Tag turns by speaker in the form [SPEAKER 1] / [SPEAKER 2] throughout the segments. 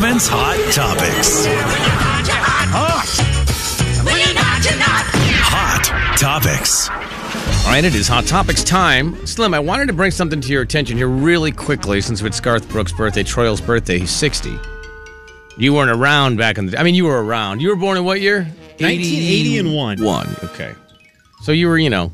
[SPEAKER 1] Britain's Hot Topics. Hot Topics.
[SPEAKER 2] All right, it is Hot Topics time. Slim, I wanted to bring something to your attention here really quickly since it's Garth Brooks' birthday, Troyle's birthday. He's 60. You weren't around back in the I mean, you were around. You were born in what year?
[SPEAKER 3] 1980 and one.
[SPEAKER 2] One. Okay. So you were, you know,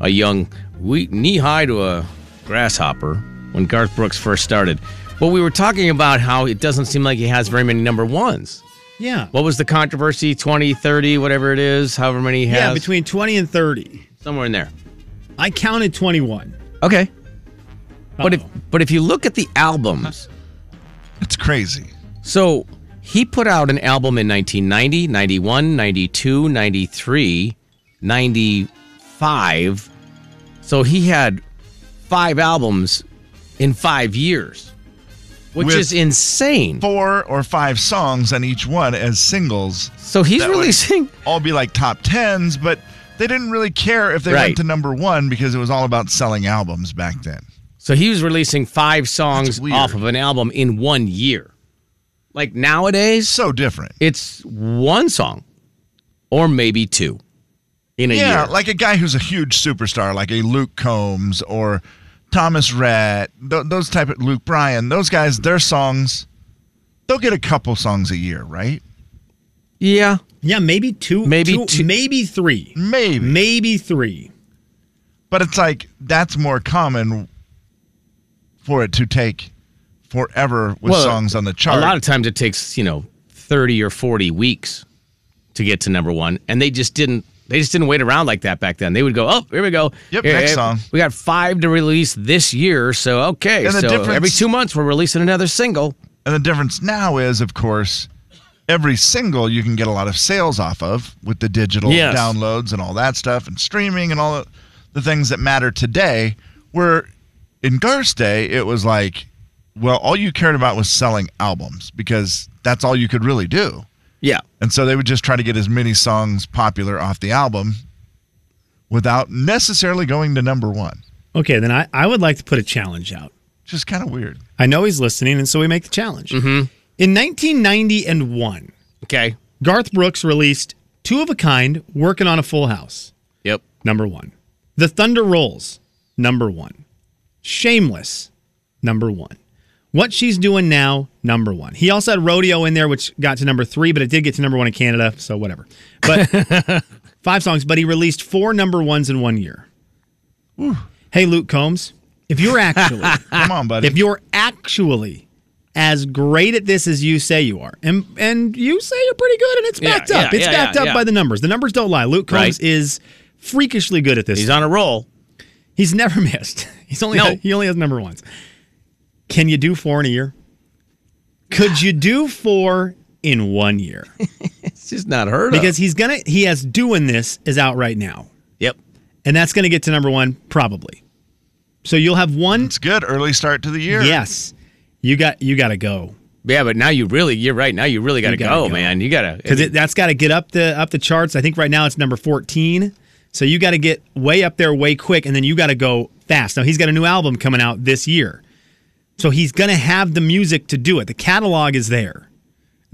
[SPEAKER 2] a young, knee high to a grasshopper when Garth Brooks first started. But we were talking about how it doesn't seem like he has very many number ones.
[SPEAKER 3] Yeah.
[SPEAKER 2] What was the controversy? 20, 30, whatever it is, however many he has.
[SPEAKER 3] yeah, between 20 and 30.
[SPEAKER 2] somewhere in there.
[SPEAKER 3] I counted 21.
[SPEAKER 2] Okay. But if
[SPEAKER 3] Uh-oh.
[SPEAKER 2] but if you look at the albums,
[SPEAKER 4] It's crazy.
[SPEAKER 2] so he put out an album in 1990, 91, 92, 93, 95. So he had five albums in 5 years, which
[SPEAKER 4] With-
[SPEAKER 2] is insane.
[SPEAKER 4] Four or five songs on each one as singles.
[SPEAKER 2] So he's
[SPEAKER 4] That would
[SPEAKER 2] releasing
[SPEAKER 4] all be like top tens, but they didn't really care if they
[SPEAKER 2] Right.
[SPEAKER 4] went to number one because it was all about selling albums back then.
[SPEAKER 2] So he was releasing 5 songs
[SPEAKER 4] weird.
[SPEAKER 2] off of an album in 1 year. Like nowadays,
[SPEAKER 4] So different.
[SPEAKER 2] it's one song or maybe two in a
[SPEAKER 4] yeah,
[SPEAKER 2] year.
[SPEAKER 4] like a guy who's a huge superstar, like a Luke Combs or Thomas Rhett, th- those type of Luke Bryan, those guys, their songs, they'll get a couple songs a year, right?
[SPEAKER 2] yeah.
[SPEAKER 3] Yeah, maybe two.
[SPEAKER 2] Maybe two-
[SPEAKER 3] Maybe three.
[SPEAKER 4] Maybe.
[SPEAKER 3] Maybe three.
[SPEAKER 4] But it's like that's more common for it to take forever with
[SPEAKER 2] Well,
[SPEAKER 4] songs on the chart.
[SPEAKER 2] A lot of times it takes, you know, 30 or 40 weeks to get to number 1 and they just didn't they just didn't wait around like that back then. They would go, "Oh, here we go.
[SPEAKER 4] Yep,
[SPEAKER 2] Here,
[SPEAKER 4] next
[SPEAKER 2] here,
[SPEAKER 4] song."
[SPEAKER 2] We got 5 to release this year, so okay.
[SPEAKER 4] And the
[SPEAKER 2] so every
[SPEAKER 4] difference-
[SPEAKER 2] 2 months we're releasing another single."
[SPEAKER 4] And the difference now is, of course, every single you can get a lot of sales off of with the digital
[SPEAKER 2] Yes.
[SPEAKER 4] downloads and all that stuff and streaming and all the things that matter today. Where in Garth's day, it was like, well, all you cared about was selling albums because that's all you could really do.
[SPEAKER 2] Yeah.
[SPEAKER 4] And so they would just try to get as many songs popular off the album without necessarily going to number one.
[SPEAKER 3] Okay, then I, I would like to put a challenge out.
[SPEAKER 4] Which is kind of weird.
[SPEAKER 3] I know he's listening, and so we make the challenge.
[SPEAKER 2] Mm-hmm.
[SPEAKER 3] In 1990 and one,
[SPEAKER 2] Okay.
[SPEAKER 3] Garth Brooks released Two of a Kind, Working on a Full House,
[SPEAKER 2] Yep.
[SPEAKER 3] number one. The Thunder Rolls, number one. Shameless, number one. What She's Doing Now, number one. He also had Rodeo in there, which got to number three, but it did get to number one in Canada, so whatever. But five songs, but he released four number ones in one year. Hey, Luke Combs, if you're actually.
[SPEAKER 4] Come on, buddy.
[SPEAKER 3] If you're actually as great at this as you say you are, and and you say you're pretty good, and it's
[SPEAKER 2] Yeah,
[SPEAKER 3] backed up.
[SPEAKER 2] yeah,
[SPEAKER 3] it's
[SPEAKER 2] yeah,
[SPEAKER 3] backed
[SPEAKER 2] yeah,
[SPEAKER 3] up
[SPEAKER 2] yeah.
[SPEAKER 3] by the numbers. The numbers don't lie. Luke Combs
[SPEAKER 2] Right.
[SPEAKER 3] is freakishly good at this.
[SPEAKER 2] He's on a roll.
[SPEAKER 3] He's never missed. He's only
[SPEAKER 2] No.
[SPEAKER 3] he only has number ones. Can you do four in a year? Could you do four in one year?
[SPEAKER 2] It's just not heard of.
[SPEAKER 3] Because he's gonna he has doing this is out right now,
[SPEAKER 2] yep.
[SPEAKER 3] and that's gonna get to number one probably. So you'll have one.
[SPEAKER 4] it's good. Early start to the year.
[SPEAKER 3] Yes, you got you got to go.
[SPEAKER 2] Yeah, but now you really you're right. Now you really got to
[SPEAKER 3] gotta
[SPEAKER 2] go,
[SPEAKER 3] go.
[SPEAKER 2] man. You got to
[SPEAKER 3] because that's got to get up the up the charts. I think right now it's number fourteen. So you got to get way up there way quick, and then you got to go fast. Now he's got a new album coming out this year, so he's gonna have the music to do it. The catalog is there.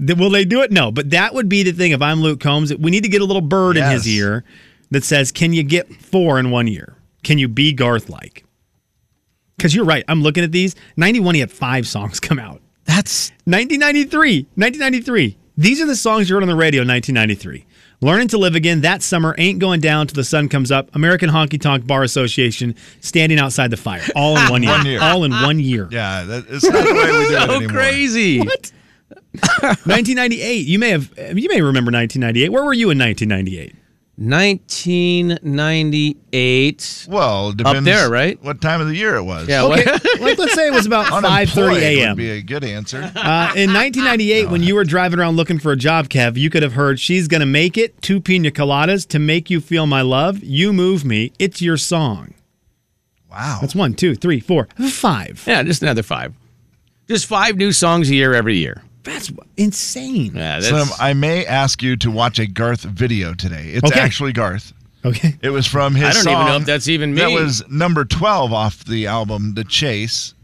[SPEAKER 3] Th- Will they do it? No, but that would be the thing. If I'm Luke Combs, we need to get a little bird in his
[SPEAKER 4] Yes.
[SPEAKER 3] ear that says, "Can you get four in one year? Can you be Garth like?" Because you're right. I'm looking at these. 91, he had five songs come out.
[SPEAKER 2] that's
[SPEAKER 3] 1993, 1993. These are the songs you heard on the radio in 1993. Learning to Live Again, That Summer, Ain't Going Down Till the Sun Comes Up, American Honky Tonk Bar Association, Standing Outside the Fire. All in one year.
[SPEAKER 4] One year.
[SPEAKER 3] All in one year.
[SPEAKER 4] Yeah, that, it's not the way we do it
[SPEAKER 2] so
[SPEAKER 4] anymore.
[SPEAKER 2] crazy.
[SPEAKER 3] What? 1998. You may have you may remember 1998. Where were you in 1998?
[SPEAKER 2] 1998.
[SPEAKER 4] Well, it depends
[SPEAKER 2] there, right?
[SPEAKER 4] What time of the year it was?
[SPEAKER 2] Yeah,
[SPEAKER 3] Okay,
[SPEAKER 2] what-
[SPEAKER 3] like let's say it was about
[SPEAKER 4] Unemployed
[SPEAKER 3] 5:30
[SPEAKER 4] would
[SPEAKER 3] a.m.
[SPEAKER 4] be a good answer.
[SPEAKER 3] Uh, in 1998, when you were driving around looking for a job, Kev, you could have heard "She's Gonna Make It," two pina coladas to make you feel my love. You move me. It's your song.
[SPEAKER 4] Wow,
[SPEAKER 3] That's one, two, three, four, five.
[SPEAKER 2] Yeah, just another five. Just five new songs a year every year.
[SPEAKER 3] That's insane.
[SPEAKER 2] Yeah, that's,
[SPEAKER 4] Slim. I may ask you to watch a Garth video today. It's
[SPEAKER 3] Okay.
[SPEAKER 4] actually Garth.
[SPEAKER 3] Okay.
[SPEAKER 4] It was from his.
[SPEAKER 2] I don't even
[SPEAKER 4] song
[SPEAKER 2] know if that's even me.
[SPEAKER 4] That was number twelve off the album, The Chase.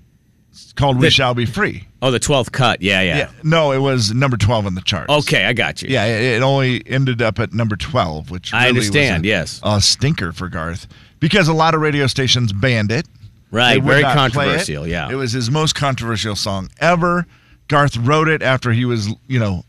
[SPEAKER 4] It's called We
[SPEAKER 2] The-
[SPEAKER 4] Shall Be Free.
[SPEAKER 2] Oh, the 12th cut. Yeah, yeah.
[SPEAKER 4] No, it was number 12 on the charts.
[SPEAKER 2] Okay, I got you.
[SPEAKER 4] Yeah, it, it only ended up at number 12, which
[SPEAKER 2] I
[SPEAKER 4] really
[SPEAKER 2] understand,
[SPEAKER 4] was a,
[SPEAKER 2] yes.
[SPEAKER 4] a stinker for Garth because a lot of radio stations banned it. They
[SPEAKER 2] Right.
[SPEAKER 4] would
[SPEAKER 2] Very
[SPEAKER 4] not play it.
[SPEAKER 2] controversial. Yeah.
[SPEAKER 4] It was his most controversial song ever. Garth wrote it after he was, you know,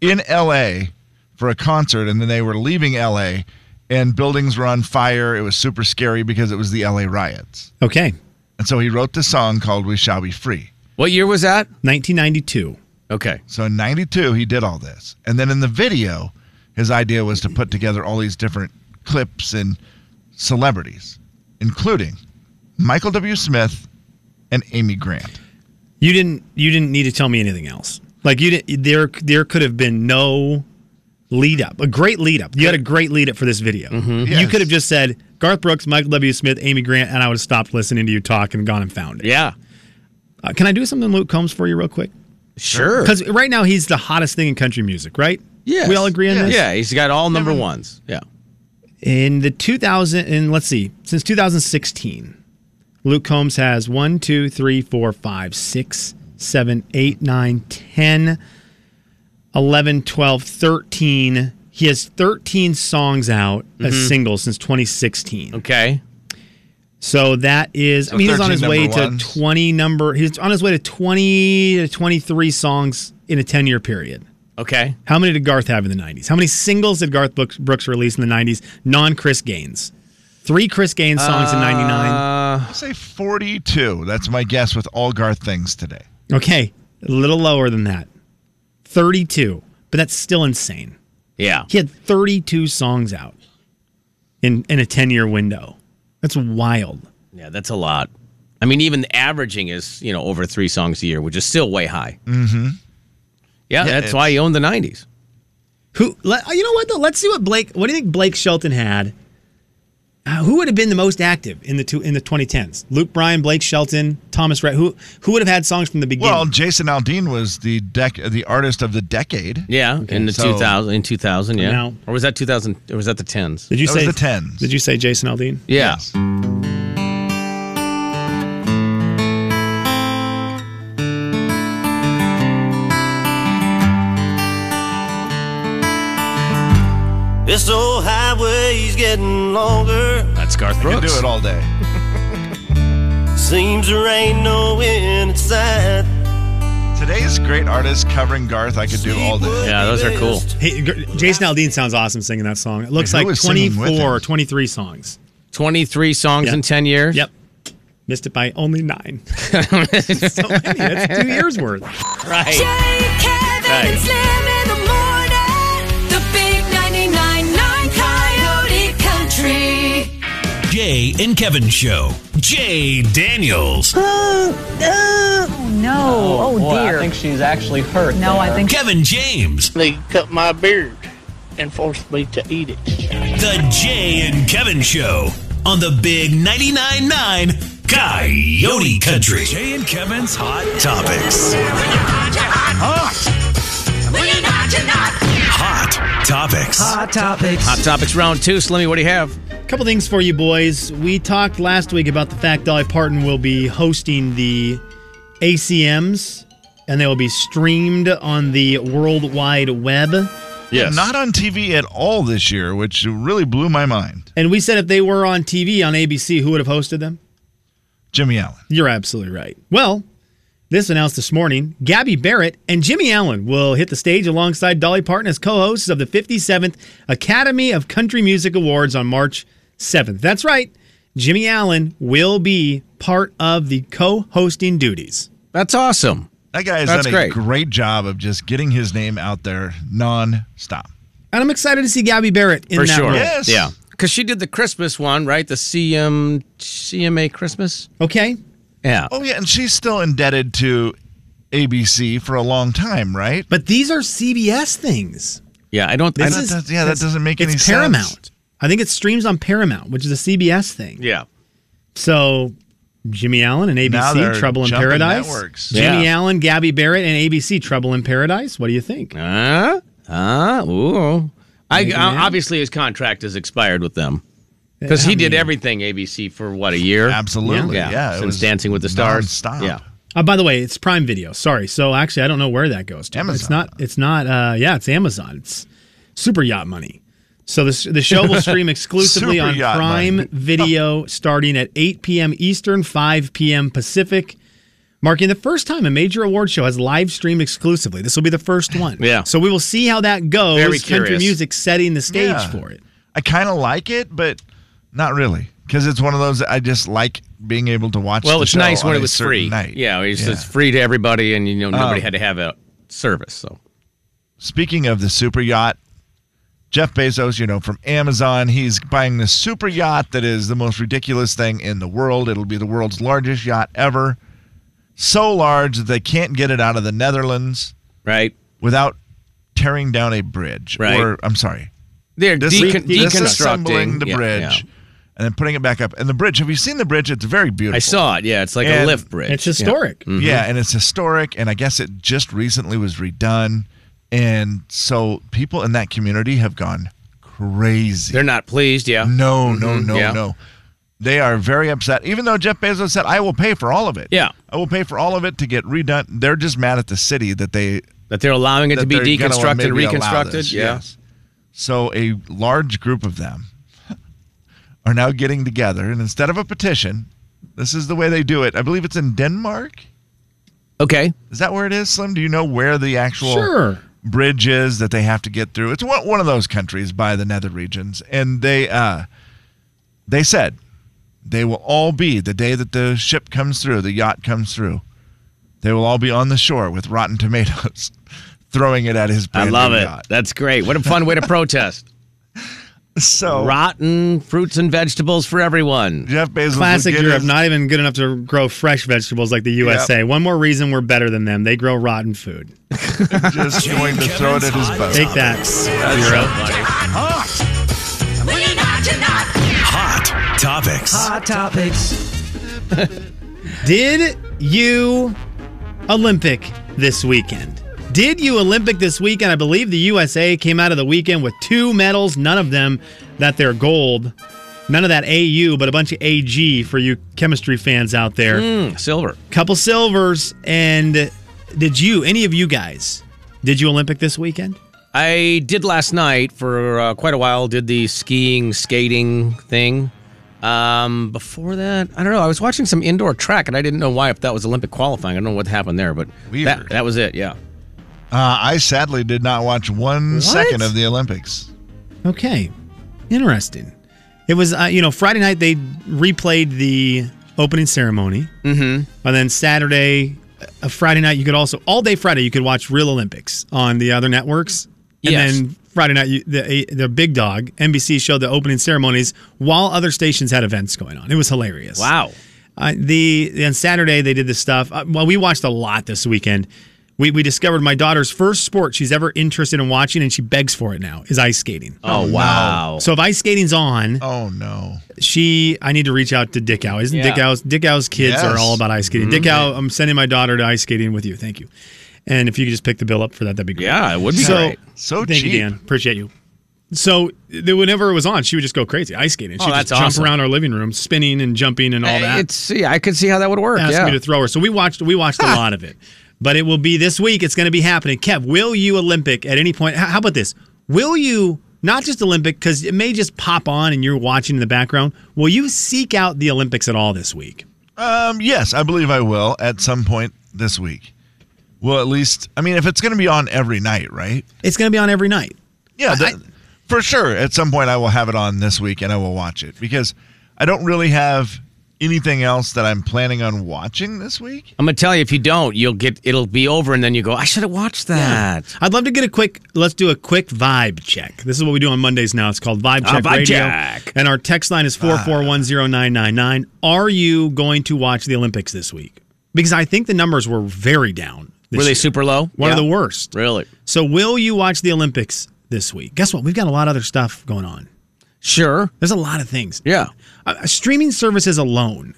[SPEAKER 4] in LA for a concert and then they were leaving LA and buildings were on fire. It was super scary because it was the LA riots.
[SPEAKER 3] Okay.
[SPEAKER 4] And so he wrote this song called We Shall Be Free.
[SPEAKER 2] what year was that?
[SPEAKER 3] 1992.
[SPEAKER 2] Okay.
[SPEAKER 4] So in 92, he did all this. And then in the video, his idea was to put together all these different clips and celebrities, including Michael W. Smith and Amy Grant.
[SPEAKER 3] You didn't you didn't need to tell me anything else. Like you didn't there there could have been no lead up. A great lead up. You had a great lead up for this video. You
[SPEAKER 2] Mm-hmm.
[SPEAKER 4] Yes.
[SPEAKER 3] could have just said Garth Brooks, Michael W. Smith, Amy Grant, and I would have stopped listening to you talk and gone and found it.
[SPEAKER 2] Yeah.
[SPEAKER 3] Uh, can I do something Luke Combs for you real quick?
[SPEAKER 2] Sure.
[SPEAKER 3] Because right now he's the hottest thing in country music, right?
[SPEAKER 2] Yes.
[SPEAKER 3] We all agree on
[SPEAKER 4] Yes.
[SPEAKER 3] this?
[SPEAKER 2] Yeah, he's got all number ones. Yeah.
[SPEAKER 3] In the 2000, and let's see, since 2016, Luke Combs has one, two, three, four, five, six, seven, eight, nine, 10, 11, 12, 13. He has 13 songs out as
[SPEAKER 4] Mm-hmm.
[SPEAKER 3] singles since 2016.
[SPEAKER 2] Okay.
[SPEAKER 3] So that is, I
[SPEAKER 4] So
[SPEAKER 3] mean, he's on
[SPEAKER 4] 13
[SPEAKER 3] his way
[SPEAKER 4] number ones.
[SPEAKER 3] to 20 number, he's on his way to 20 to 23 songs in a 10 year period.
[SPEAKER 2] Okay.
[SPEAKER 3] How many did Garth have in the 90s? How many singles did Garth Brooks, Brooks release in the 90s, non Chris Gaines? Three Chris Gaines songs in
[SPEAKER 2] Uh,
[SPEAKER 3] 99.
[SPEAKER 4] I'll say 42. That's my guess with all Garth things today.
[SPEAKER 3] Okay, a little lower than that. 32, but that's still insane.
[SPEAKER 2] Yeah.
[SPEAKER 3] He had 32 songs out in, in a 10 year window. That's wild.
[SPEAKER 2] Yeah, that's a lot. I mean, even averaging is, you know, over three songs a year, which is still way high. Mm-hmm. Yeah, that's
[SPEAKER 4] it's-
[SPEAKER 2] why he owned the 90s.
[SPEAKER 3] Who? Let, you know what? Though? Let's see what Blake. What do you think Blake Shelton had? Uh, who would have been the most active in the two in the 2010s? Luke Bryan, Blake Shelton, Thomas Rhett. Who who would have had songs from the beginning?
[SPEAKER 4] Well, Jason Aldean was the dec- the artist of the decade.
[SPEAKER 2] Yeah, in the
[SPEAKER 4] so-
[SPEAKER 2] 2000, in 2000, yeah.
[SPEAKER 3] Now-
[SPEAKER 2] or was that 2000, or was that the 10s?
[SPEAKER 3] Did you
[SPEAKER 4] That was
[SPEAKER 3] say
[SPEAKER 4] the 10s.
[SPEAKER 3] Did you say Jason Aldean?
[SPEAKER 2] yeah.
[SPEAKER 5] This old highway's getting longer.
[SPEAKER 2] That's Garth
[SPEAKER 4] Could
[SPEAKER 2] Brooks.
[SPEAKER 4] do it all day.
[SPEAKER 5] Seems there ain't no end in sight.
[SPEAKER 4] Today's great artists covering Garth, I could do all day.
[SPEAKER 2] Yeah, those are cool.
[SPEAKER 3] Hey, G- Jason Aldean sounds awesome singing that song. It looks
[SPEAKER 4] Who
[SPEAKER 3] like
[SPEAKER 4] was singing with
[SPEAKER 3] 24 or
[SPEAKER 4] him?
[SPEAKER 3] 23 songs.
[SPEAKER 2] 23 songs
[SPEAKER 3] Yeah.
[SPEAKER 2] in 10 years.
[SPEAKER 3] Yep. Missed it by only nine. so many. That's two years worth.
[SPEAKER 2] Right.
[SPEAKER 6] Jay, Kevin,
[SPEAKER 2] Right.
[SPEAKER 6] and Slim in the morning. The big 99.9 Coyote Country.
[SPEAKER 1] Jay and Kevin Show. Jay Daniels.
[SPEAKER 7] No. Oh, dear.
[SPEAKER 8] she's actually hurt.
[SPEAKER 7] no, I think
[SPEAKER 1] Kevin James.
[SPEAKER 8] They cut my beard and forced me to eat it.
[SPEAKER 1] The Jay and Kevin Show on the Big 99.9 9 Coyote Country. Jay and Kevin's Hot Topics. Hot Topics.
[SPEAKER 2] Hot Topics round two. Slimmy, what do you have?
[SPEAKER 3] couple things for you boys. We talked last week about the fact Dolly Parton will be hosting the ACMs and they will be streamed on the World Wide Web.
[SPEAKER 2] Yes.
[SPEAKER 4] Not on TV at all this year, which really blew my mind.
[SPEAKER 3] And we said if they were on TV on ABC, who would have hosted them?
[SPEAKER 4] Jimmy Allen.
[SPEAKER 3] You're absolutely right. Well, this announced this morning, Gabby Barrett and Jimmy Allen will hit the stage alongside Dolly Parton as co-hosts of the 57th Academy of Country Music Awards on March 7th. That's right. Jimmy Allen will be part of the co-hosting duties.
[SPEAKER 2] That's awesome.
[SPEAKER 4] That guy has
[SPEAKER 2] That's
[SPEAKER 4] done a
[SPEAKER 2] great.
[SPEAKER 4] great. job of just getting his name out there non-stop.
[SPEAKER 3] And I'm excited to see Gabby Barrett in
[SPEAKER 2] For
[SPEAKER 3] that
[SPEAKER 2] sure.
[SPEAKER 3] role.
[SPEAKER 4] Yes.
[SPEAKER 2] Yeah. Because she did the Christmas one, right? The CM, CMA Christmas?
[SPEAKER 3] Okay.
[SPEAKER 2] Yeah.
[SPEAKER 4] Oh yeah, and she's still indebted to ABC for a long time, right?
[SPEAKER 3] But these are CBS things.
[SPEAKER 2] Yeah, I don't. I
[SPEAKER 3] This
[SPEAKER 2] don't-
[SPEAKER 4] is- that- yeah, that
[SPEAKER 3] it's-
[SPEAKER 4] doesn't make
[SPEAKER 3] it's
[SPEAKER 4] any sense.
[SPEAKER 3] Paramount. I think it streams on Paramount, which is a CBS thing.
[SPEAKER 2] yeah.
[SPEAKER 3] So Jimmy Allen and
[SPEAKER 4] Now
[SPEAKER 3] ABC
[SPEAKER 4] they're
[SPEAKER 3] Trouble in
[SPEAKER 4] jumping
[SPEAKER 3] Paradise.
[SPEAKER 4] networks.
[SPEAKER 3] Jimmy
[SPEAKER 2] Yeah.
[SPEAKER 3] Allen, Gabby Barrett, and ABC Trouble in Paradise. What do you think?
[SPEAKER 2] Huh? Huh? Ooh. I, uh,
[SPEAKER 3] man.
[SPEAKER 2] obviously his contract has expired with them because
[SPEAKER 3] I
[SPEAKER 2] he did
[SPEAKER 3] mean-
[SPEAKER 2] everything ABC for what a year.
[SPEAKER 4] Absolutely.
[SPEAKER 2] Yeah.
[SPEAKER 4] Yeah.
[SPEAKER 2] Since Dancing with the Stars.
[SPEAKER 4] Stop.
[SPEAKER 2] Yeah.
[SPEAKER 3] Uh, by the way, it's Prime Video. Sorry. So actually, I don't know where that goes to.
[SPEAKER 4] Amazon.
[SPEAKER 3] It's not. It's not. Uh, yeah, it's Amazon. It's Super Yacht Money. So this the show will stream exclusively
[SPEAKER 4] Super
[SPEAKER 3] on
[SPEAKER 4] Yacht
[SPEAKER 3] Prime
[SPEAKER 4] Money.
[SPEAKER 3] Video starting at 8 p.m. Eastern, 5 p.m. Pacific, marking the first time a major award show has live streamed exclusively. This will be the first one.
[SPEAKER 2] Yeah.
[SPEAKER 3] So we will see how that goes.
[SPEAKER 2] Very
[SPEAKER 3] Country
[SPEAKER 2] curious.
[SPEAKER 3] music setting the stage
[SPEAKER 4] Yeah.
[SPEAKER 3] for it.
[SPEAKER 4] I kind of like it, but not really because it's one of those that I just like being able to watch.
[SPEAKER 2] Well,
[SPEAKER 4] the
[SPEAKER 2] it's
[SPEAKER 4] show
[SPEAKER 2] nice when
[SPEAKER 4] on
[SPEAKER 2] it
[SPEAKER 4] a
[SPEAKER 2] was
[SPEAKER 4] certain
[SPEAKER 2] free.
[SPEAKER 4] Night.
[SPEAKER 2] Yeah, it's, it's free to everybody, and you know nobody
[SPEAKER 4] Um,
[SPEAKER 2] had to have a service. So
[SPEAKER 4] Speaking of the super yacht, Jeff Bezos, you know, from Amazon, he's buying this super yacht that is the most ridiculous thing in the world. It'll be the world's largest yacht ever. So large that they can't get it out of the Netherlands
[SPEAKER 2] right,
[SPEAKER 4] without tearing down a bridge.
[SPEAKER 2] Right.
[SPEAKER 4] Or, I'm sorry,
[SPEAKER 2] they're
[SPEAKER 4] Dis-
[SPEAKER 2] decon-
[SPEAKER 4] disassembling
[SPEAKER 2] deconstructing
[SPEAKER 4] the
[SPEAKER 2] Yeah,
[SPEAKER 4] bridge
[SPEAKER 2] yeah.
[SPEAKER 4] and then putting it back up. And the bridge, have you seen the bridge? It's very beautiful.
[SPEAKER 2] I saw it. Yeah, it's Mm. like a
[SPEAKER 4] And
[SPEAKER 2] lift bridge.
[SPEAKER 3] It's historic.
[SPEAKER 2] Mm-hmm.
[SPEAKER 4] Yeah, and it's historic, and I guess it just recently was redone, and so people in that community have gone crazy.
[SPEAKER 2] They're not pleased. Yeah,
[SPEAKER 4] no, no, no,
[SPEAKER 2] yeah.
[SPEAKER 4] no. They are very upset, even though Jeff Bezos said, "I will pay for all of it."
[SPEAKER 2] Yeah.
[SPEAKER 4] I will pay for all of it to get redone. They're just mad at the city that they
[SPEAKER 2] that they're allowing it
[SPEAKER 4] that
[SPEAKER 2] to be
[SPEAKER 4] they're gonna
[SPEAKER 2] deconstructed,
[SPEAKER 4] maybe allow
[SPEAKER 2] reconstructed.
[SPEAKER 4] this,
[SPEAKER 2] yeah,
[SPEAKER 4] So a large group of them are now getting together, and instead of a petition, this is the way they do it. I believe it's in Denmark.
[SPEAKER 2] okay.
[SPEAKER 4] Is that where it is, Slim? Do you know where the actual
[SPEAKER 3] Sure.
[SPEAKER 4] bridges that they have to get through. It's one one of those countries by the nether regions, and they uh, they said they will all be the day that the ship comes through, the yacht comes through. They will all be on the shore with rotten tomatoes, throwing it at his.
[SPEAKER 2] I
[SPEAKER 4] Brand
[SPEAKER 2] love
[SPEAKER 4] new
[SPEAKER 2] it.
[SPEAKER 4] yacht.
[SPEAKER 2] That's great. What a fun way to protest.
[SPEAKER 4] So
[SPEAKER 2] Rotten fruits and vegetables for everyone.
[SPEAKER 4] Jeff Bezos will
[SPEAKER 3] Classic
[SPEAKER 4] get
[SPEAKER 3] Europe,
[SPEAKER 4] his-
[SPEAKER 3] not even good enough to grow fresh vegetables like the USA. One more reason we're better than them. They grow rotten food.
[SPEAKER 4] just going to throw it at his boat.
[SPEAKER 3] Take that.
[SPEAKER 1] Hot topics.
[SPEAKER 3] Did you Olympic this weekend? Did you Olympic this weekend? I believe the USA came out of the weekend with two medals, none of them that they're gold. None of that AU, but a bunch of AG for you chemistry fans out there.
[SPEAKER 2] Mm, silver.
[SPEAKER 3] Couple silvers. And did you, any of you guys, did you Olympic this weekend?
[SPEAKER 2] I did last night for uh, quite a while. Did the skiing, skating thing. Um, before that, I don't know. I was watching some indoor track, and I didn't know why if that was Olympic qualifying. I don't know what happened there, but that
[SPEAKER 4] Weird.
[SPEAKER 2] that was it. Yeah.
[SPEAKER 4] Uh, I sadly did not watch one
[SPEAKER 2] What?
[SPEAKER 4] second of the Olympics.
[SPEAKER 3] Okay, interesting. It was uh, you know Friday night they replayed the opening ceremony, mm-hmm. and then Saturday, a Friday night you could also all day Friday you could watch Real Olympics on the other networks, and
[SPEAKER 2] Yes.
[SPEAKER 3] then Friday night you, the the big dog NBC showed the opening ceremonies while other stations had events going on. It was hilarious.
[SPEAKER 2] Wow.
[SPEAKER 3] Uh, the on Saturday they did this stuff. Uh, well, we watched a lot this weekend. We we discovered my daughter's first sport she's ever interested in watching, and she begs for it now is ice skating.
[SPEAKER 2] Oh, wow.
[SPEAKER 3] So if ice skating's on,
[SPEAKER 4] Oh no!
[SPEAKER 3] she I need to reach out to Dick Ow. Isn't Dick
[SPEAKER 2] Yeah. Mm-hmm.
[SPEAKER 3] Ow's Dick Ow's kids
[SPEAKER 4] Yes.
[SPEAKER 3] are all about ice skating. Dick Ow, I'm sending my daughter to ice skating with you. Thank you. And if you could just pick the bill up for that, that'd be great.
[SPEAKER 2] yeah, it would be
[SPEAKER 3] So
[SPEAKER 2] great.
[SPEAKER 4] So
[SPEAKER 3] Thank
[SPEAKER 4] cheap.
[SPEAKER 3] you, Dan. Appreciate you. So th- whenever it was on, she would just go crazy ice skating. She'd
[SPEAKER 2] Oh, that's
[SPEAKER 3] just jump
[SPEAKER 2] awesome.
[SPEAKER 3] around our living room, spinning and jumping and all that.
[SPEAKER 2] It's yeah, I could see how that would work.
[SPEAKER 3] asked
[SPEAKER 2] Yeah.
[SPEAKER 3] me to throw her. So we watched we watched a lot of it. But it will be this week. It's going to be happening. Kev, will you Olympic at any point? How how about this? Will you not just Olympic because it may just pop on and you're watching in the background? Will you seek out the Olympics at all this week?
[SPEAKER 4] Um, yes, I believe I will at some point this week. Well, at least I mean, if it's going to be on every night, right?
[SPEAKER 3] It's going to be on every night.
[SPEAKER 4] Yeah,
[SPEAKER 3] I-
[SPEAKER 4] th- for sure. At some point, I will have it on this week, and I will watch it because I don't really have anything else that I'm planning on watching this week.
[SPEAKER 2] I'm gonna tell you if you don't, you'll get it'll be over, and then you go, I should have watched that.
[SPEAKER 3] I'd love to get a quick. Let's do a quick vibe check. This is what we do on Mondays now. It's called Vibe
[SPEAKER 2] Ah,
[SPEAKER 3] Check
[SPEAKER 2] vibe
[SPEAKER 3] Radio,
[SPEAKER 2] check.
[SPEAKER 3] and our text line is four four one zero nine nine nine. Are you going to watch the Olympics this week? Because I think the numbers were very down. This
[SPEAKER 2] Were they
[SPEAKER 3] year.
[SPEAKER 2] super low?
[SPEAKER 3] One of
[SPEAKER 2] Yeah.
[SPEAKER 3] the worst.
[SPEAKER 2] Really?
[SPEAKER 3] So, will you watch the Olympics this week? Guess what? We've got a lot of other stuff going on.
[SPEAKER 2] Sure.
[SPEAKER 3] There's a lot of things.
[SPEAKER 2] Yeah.
[SPEAKER 3] Uh, streaming services alone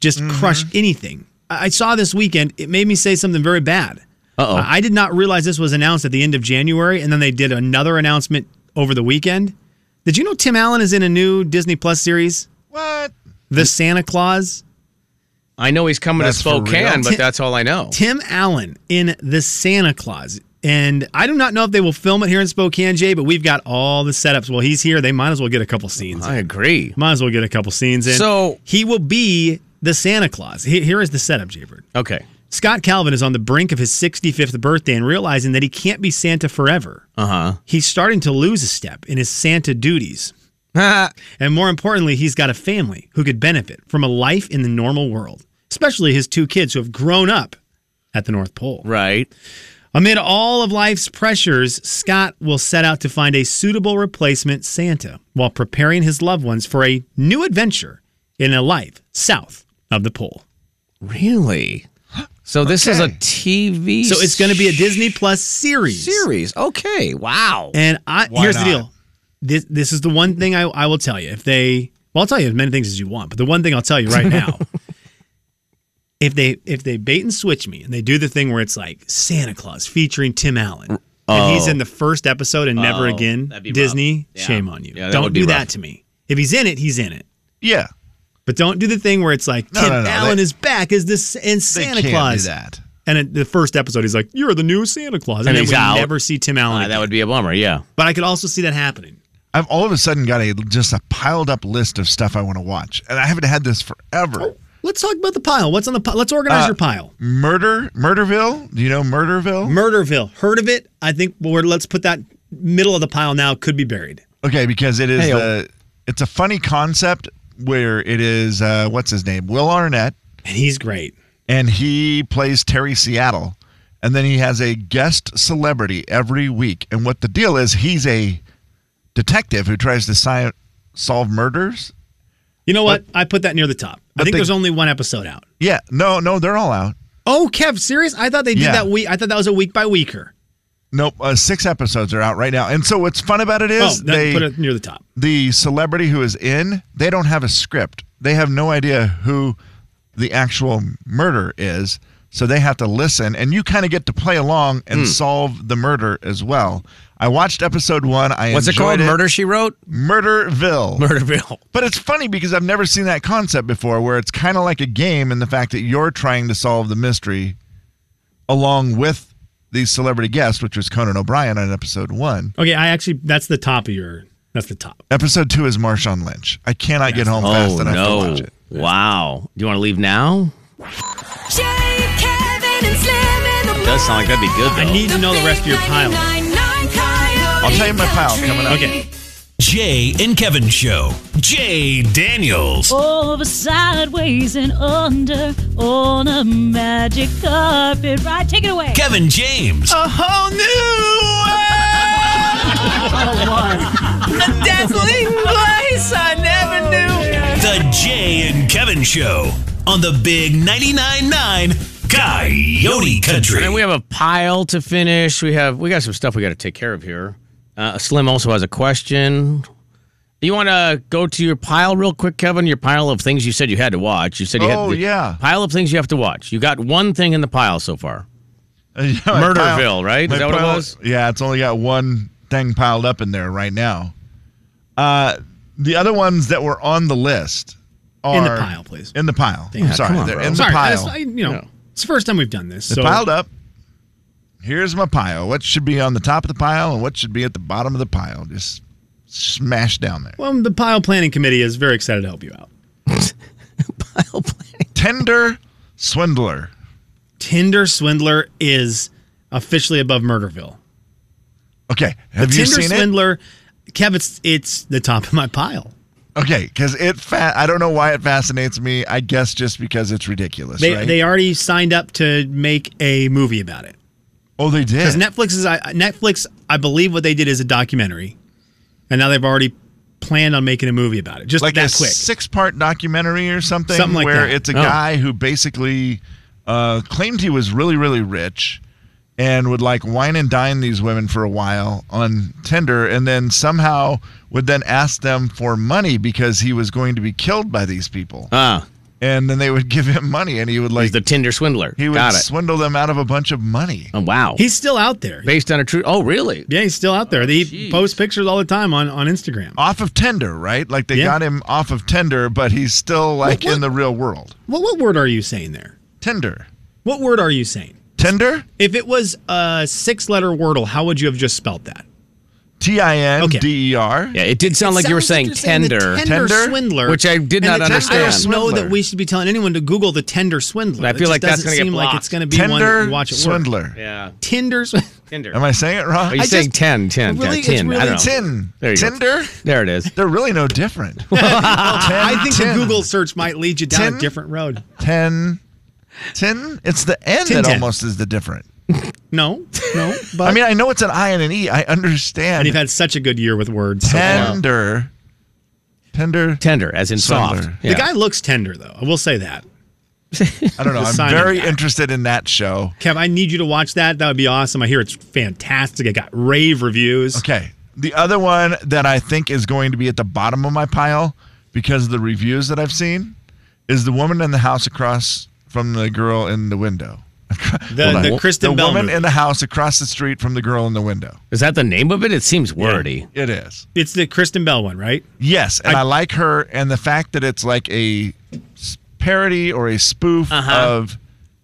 [SPEAKER 3] just
[SPEAKER 2] Mm-hmm.
[SPEAKER 3] crush anything. I-, I saw this weekend, it made me say something very bad.
[SPEAKER 2] Uh-oh.
[SPEAKER 3] I-, I did not realize this was announced at the end of January, and then they did another announcement over the weekend. Did you know Tim Allen is in a new Disney Plus series,
[SPEAKER 4] What?
[SPEAKER 3] The Santa Claus?
[SPEAKER 2] I know he's coming
[SPEAKER 4] That's
[SPEAKER 2] to
[SPEAKER 4] for real?
[SPEAKER 2] Spokane, but
[SPEAKER 3] Ti-
[SPEAKER 2] that's all I know.
[SPEAKER 3] Tim Allen in The Santa Claus. And I do not know if they will film it here in Spokane, Jay, but we've got all the setups. Well, he's here. They might as well get a couple scenes.
[SPEAKER 2] I agree.
[SPEAKER 3] Might as well get a couple scenes in.
[SPEAKER 2] So-
[SPEAKER 3] he will be the Santa Claus. He- Here is the setup, Jaybird.
[SPEAKER 2] Okay.
[SPEAKER 3] Scott Calvin is on the brink of his 65th birthday and realizing that he can't be Santa forever.
[SPEAKER 2] Uh
[SPEAKER 3] He's starting to lose a step in his Santa duties.
[SPEAKER 2] huh.
[SPEAKER 3] And more importantly, he's got a family who could benefit from a life in the normal world, especially his two kids who have grown up at the North Pole.
[SPEAKER 2] right.
[SPEAKER 3] Amid all of life's pressures, Scott will set out to find a suitable replacement Santa while preparing his loved ones for a new adventure in a life south of the pole.
[SPEAKER 2] Really? So this is a
[SPEAKER 4] Okay.
[SPEAKER 2] TV.
[SPEAKER 3] So it's going to be a Disney Plus series.
[SPEAKER 2] series. Okay. Wow.
[SPEAKER 3] And I
[SPEAKER 4] Why
[SPEAKER 3] here's
[SPEAKER 4] not?
[SPEAKER 3] the deal. This this is the one thing I, I will tell you. If they well, I'll tell you as many things as you want, but the one thing I'll tell you right now. if they if they bait and switch me and they do the thing where it's like Santa Claus featuring Tim Allen. And he's in the first episode and never
[SPEAKER 2] Oh,
[SPEAKER 3] again.
[SPEAKER 2] that'd be rough.
[SPEAKER 3] Disney,
[SPEAKER 2] Yeah.
[SPEAKER 3] shame on you.
[SPEAKER 2] Yeah, that
[SPEAKER 3] don't
[SPEAKER 2] would be
[SPEAKER 3] do
[SPEAKER 2] rough.
[SPEAKER 3] that to me. If he's in it, he's in it.
[SPEAKER 4] Yeah,
[SPEAKER 3] But don't do the thing where it's like
[SPEAKER 4] No,
[SPEAKER 3] Tim
[SPEAKER 4] no, no,
[SPEAKER 3] Allen
[SPEAKER 4] they-
[SPEAKER 3] is back as this and
[SPEAKER 4] they
[SPEAKER 3] Santa
[SPEAKER 4] can't
[SPEAKER 3] Claus.
[SPEAKER 4] do that.
[SPEAKER 3] And in the first episode, he's like, "You're the new Santa Claus," and,
[SPEAKER 2] And
[SPEAKER 3] then
[SPEAKER 2] he's
[SPEAKER 3] we
[SPEAKER 2] out.
[SPEAKER 3] never see Tim Allen.
[SPEAKER 2] Uh,
[SPEAKER 3] again.
[SPEAKER 2] that would be a bummer. Yeah.
[SPEAKER 3] but I could also see that happening.
[SPEAKER 4] I've all of a sudden got a just a piled up list of stuff I want to watch, and I haven't had this forever.
[SPEAKER 3] Oh. Let's talk about the pile. What's on the pile? Let's organize
[SPEAKER 4] Uh,
[SPEAKER 3] your pile.
[SPEAKER 4] Murder, Murderville. Do you know Murderville?
[SPEAKER 3] Murderville. Heard of it? I think we're, let's put that middle of the pile now. Could be buried.
[SPEAKER 4] okay, because it is
[SPEAKER 2] Hey,
[SPEAKER 3] oh.
[SPEAKER 4] the. It's a funny concept where it is uh, what's his name, Will Arnett,
[SPEAKER 3] And he's great.
[SPEAKER 4] and he plays Terry Seattle, and then he has a guest celebrity every week. And what the deal is, he's a detective who tries to si- solve murders.
[SPEAKER 3] You know what? I put that near the top. I
[SPEAKER 4] but
[SPEAKER 3] think
[SPEAKER 4] they-
[SPEAKER 3] there's only one episode out.
[SPEAKER 4] Yeah, no, no, they're all out.
[SPEAKER 3] Oh, Kev, serious? I thought they did
[SPEAKER 4] Yeah.
[SPEAKER 3] that week. I thought that was a week by weeker.
[SPEAKER 4] Nope, uh, six episodes are out right now. And so what's fun about it
[SPEAKER 3] Oh,
[SPEAKER 4] is
[SPEAKER 3] that,
[SPEAKER 4] they
[SPEAKER 3] put it near the top.
[SPEAKER 4] the celebrity who is in, they don't have a script. They have no idea who the actual murder is. So they have to listen, and you kind of get to play along
[SPEAKER 2] Hmm.
[SPEAKER 4] and solve the murder as well. I watched episode one. I
[SPEAKER 2] What's it
[SPEAKER 4] enjoyed
[SPEAKER 2] called? Murder She Wrote.
[SPEAKER 4] Murderville.
[SPEAKER 2] Murderville.
[SPEAKER 4] but it's funny because I've never seen that concept before, where it's kind of like a game in the fact that you're trying to solve the mystery along with the celebrity guest, which was Conan O'Brien on episode one.
[SPEAKER 3] Okay, I actually that's the top of your. That's the top.
[SPEAKER 4] Episode two is Marshawn Lynch. I cannot get home fast
[SPEAKER 2] Oh
[SPEAKER 4] enough to
[SPEAKER 2] no!
[SPEAKER 4] watch it.
[SPEAKER 2] Wow. Do you want to leave now?
[SPEAKER 6] Jay, Kevin, and Slim in the
[SPEAKER 2] Does sound like that'd be good
[SPEAKER 3] I
[SPEAKER 2] though.
[SPEAKER 3] need to know the rest of your pile.
[SPEAKER 6] I'll
[SPEAKER 4] tell you my pile coming up.
[SPEAKER 3] Okay.
[SPEAKER 1] Jay and Kevin Show. Jay Daniels.
[SPEAKER 7] Over, sideways, and under on a magic carpet ride. Take it away.
[SPEAKER 1] Kevin James.
[SPEAKER 3] A whole new world. A dazzling place I never knew.
[SPEAKER 1] The Jay and Kevin Show on the Big 99.9 9 Coyote Country.
[SPEAKER 2] And we have a pile to finish. We have we got some stuff we got to take care of here. Uh, Slim also has a question. You want to go to your pile real quick, Kevin? Your pile of things you said you had to watch. You said you
[SPEAKER 4] Oh,
[SPEAKER 2] had the
[SPEAKER 4] yeah.
[SPEAKER 2] pile of things you have to watch. You got one thing in the pile so far.
[SPEAKER 4] Yeah, my
[SPEAKER 2] Murderville, right? Is
[SPEAKER 4] my
[SPEAKER 2] that what it
[SPEAKER 4] pile-
[SPEAKER 2] was?
[SPEAKER 4] Yeah, it's only got one thing piled up in there right now. Uh, the other ones that were on the list are
[SPEAKER 3] In the pile, please.
[SPEAKER 4] In the pile. I'm sorry,
[SPEAKER 2] come on,
[SPEAKER 4] they're
[SPEAKER 2] bro.
[SPEAKER 4] in the
[SPEAKER 3] Sorry,
[SPEAKER 4] pile.
[SPEAKER 3] that's- I- you know, it's the first time we've done this.
[SPEAKER 4] They're
[SPEAKER 3] So
[SPEAKER 4] piled up. Here's my pile. What should be on the top of the pile and what should be at the bottom of the pile? Just smash down there.
[SPEAKER 3] Well, the pile planning committee is very excited to help you out.
[SPEAKER 2] Pile planning.
[SPEAKER 4] Tender swindler.
[SPEAKER 3] Tinder swindler is officially above Murderville.
[SPEAKER 4] Okay, have you
[SPEAKER 3] Tinder
[SPEAKER 4] seen it?
[SPEAKER 3] swindler, Kev, it's it's the top of my pile.
[SPEAKER 4] Okay, because it fa- I don't know why it fascinates me. I guess just because it's ridiculous.
[SPEAKER 3] They
[SPEAKER 4] right?
[SPEAKER 3] they already signed up to make a movie about it.
[SPEAKER 4] oh, they did.
[SPEAKER 3] Because Netflix is I- Netflix, I believe what they did is a documentary, and now they've already planned on making a movie about it. Just
[SPEAKER 4] like
[SPEAKER 3] that
[SPEAKER 4] a
[SPEAKER 3] quick.
[SPEAKER 4] six-part documentary or something,
[SPEAKER 3] Something like
[SPEAKER 4] where
[SPEAKER 3] that.
[SPEAKER 4] it's a
[SPEAKER 2] Oh.
[SPEAKER 4] guy who basically uh, claimed he was really, really rich and would like wine and dine these women for a while on Tinder, and then
[SPEAKER 3] Oh.
[SPEAKER 4] somehow would then ask them for money because he was going to be killed by these people.
[SPEAKER 2] Ah,
[SPEAKER 4] and then they would give him money, and he would like
[SPEAKER 2] He's the Tinder swindler.
[SPEAKER 4] he would
[SPEAKER 2] Got it.
[SPEAKER 4] swindle them out of a bunch of money.
[SPEAKER 2] oh, wow.
[SPEAKER 3] He's still out there.
[SPEAKER 2] based on a true. Oh, really?
[SPEAKER 3] Yeah, he's still out there. They
[SPEAKER 2] jeez.
[SPEAKER 3] post pictures all the time on, on Instagram.
[SPEAKER 4] Off of Tinder, right? Like they
[SPEAKER 3] Yeah.
[SPEAKER 4] got him off of Tinder, but he's still like
[SPEAKER 3] what-
[SPEAKER 4] in the real world.
[SPEAKER 3] What what word are you saying there?
[SPEAKER 4] Tinder,
[SPEAKER 3] What word are you saying?
[SPEAKER 4] Tinder,
[SPEAKER 3] If it was a six letter wordle, how would you have just spelt that?
[SPEAKER 4] T I N
[SPEAKER 3] Okay.
[SPEAKER 4] D E R.
[SPEAKER 2] Yeah, it did sound like you were
[SPEAKER 3] Sounds
[SPEAKER 2] saying
[SPEAKER 3] you're
[SPEAKER 2] tender.
[SPEAKER 3] the tender,
[SPEAKER 4] Tender?
[SPEAKER 3] swindler,
[SPEAKER 2] Which I did
[SPEAKER 3] and
[SPEAKER 2] not
[SPEAKER 3] the
[SPEAKER 2] understand.
[SPEAKER 3] I don't know
[SPEAKER 4] Swindler.
[SPEAKER 3] that we should be telling anyone to Google the tender swindler.
[SPEAKER 2] I
[SPEAKER 3] It
[SPEAKER 2] feel
[SPEAKER 3] just
[SPEAKER 2] like that's
[SPEAKER 3] doesn't
[SPEAKER 2] gonna get
[SPEAKER 3] seem like
[SPEAKER 2] blocked.
[SPEAKER 3] it's going to be one that
[SPEAKER 4] Tinder
[SPEAKER 3] you watch at work.
[SPEAKER 4] swindler.
[SPEAKER 2] Yeah.
[SPEAKER 3] Tinder swindler.
[SPEAKER 2] Tinder.
[SPEAKER 4] Am I saying it wrong?
[SPEAKER 2] Are you
[SPEAKER 3] I
[SPEAKER 2] saying
[SPEAKER 3] just-
[SPEAKER 2] ten, ten, ten,
[SPEAKER 3] really, it's
[SPEAKER 2] ten? I
[SPEAKER 3] really
[SPEAKER 2] don't know.
[SPEAKER 4] Tin.
[SPEAKER 2] There you go.
[SPEAKER 4] Tinder.
[SPEAKER 2] There it is.
[SPEAKER 4] They're really no different.
[SPEAKER 3] I think the
[SPEAKER 4] Tin.
[SPEAKER 3] Google search might lead you down a
[SPEAKER 4] Tin?
[SPEAKER 3] different road.
[SPEAKER 4] Ten. Tin. It's the N
[SPEAKER 3] Tin
[SPEAKER 4] that
[SPEAKER 3] Tin. Uh,
[SPEAKER 4] almost is the different.
[SPEAKER 3] No, no. But
[SPEAKER 4] I mean, I know it's an I and an E. I
[SPEAKER 3] and
[SPEAKER 4] understand.
[SPEAKER 3] you've had such a good year with words. so far.
[SPEAKER 4] tender. Tender.
[SPEAKER 2] Tender, as in soft.
[SPEAKER 4] Swindler.
[SPEAKER 2] Yeah.
[SPEAKER 3] The guy looks tender, though. I will say that.
[SPEAKER 4] I don't know.
[SPEAKER 3] The
[SPEAKER 4] I'm
[SPEAKER 3] Simon
[SPEAKER 4] very
[SPEAKER 3] guy.
[SPEAKER 4] interested in that show.
[SPEAKER 3] Kev, I need you to watch that. That would be awesome. I hear it's fantastic. It got rave reviews.
[SPEAKER 4] Okay. The other one that I think is going to be at the bottom of my pile because of the reviews that I've seen is the woman in the house across from the girl in the window.
[SPEAKER 3] The,
[SPEAKER 4] Hold
[SPEAKER 3] the
[SPEAKER 4] on.
[SPEAKER 3] Kristen
[SPEAKER 4] the
[SPEAKER 3] Bell
[SPEAKER 4] woman
[SPEAKER 3] movie.
[SPEAKER 4] in the house across the street from the girl in the window.
[SPEAKER 2] Is that the name of it? It seems wordy.
[SPEAKER 4] It is.
[SPEAKER 3] it's the Kristen Bell one, right?
[SPEAKER 4] Yes, and
[SPEAKER 3] I-
[SPEAKER 4] I, like her, and the fact that it's like a s- parody or a spoof
[SPEAKER 3] Uh-huh.
[SPEAKER 4] of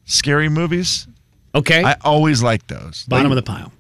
[SPEAKER 4] scary movies.
[SPEAKER 2] Okay.
[SPEAKER 4] I always like those.
[SPEAKER 3] Bottom of the pile.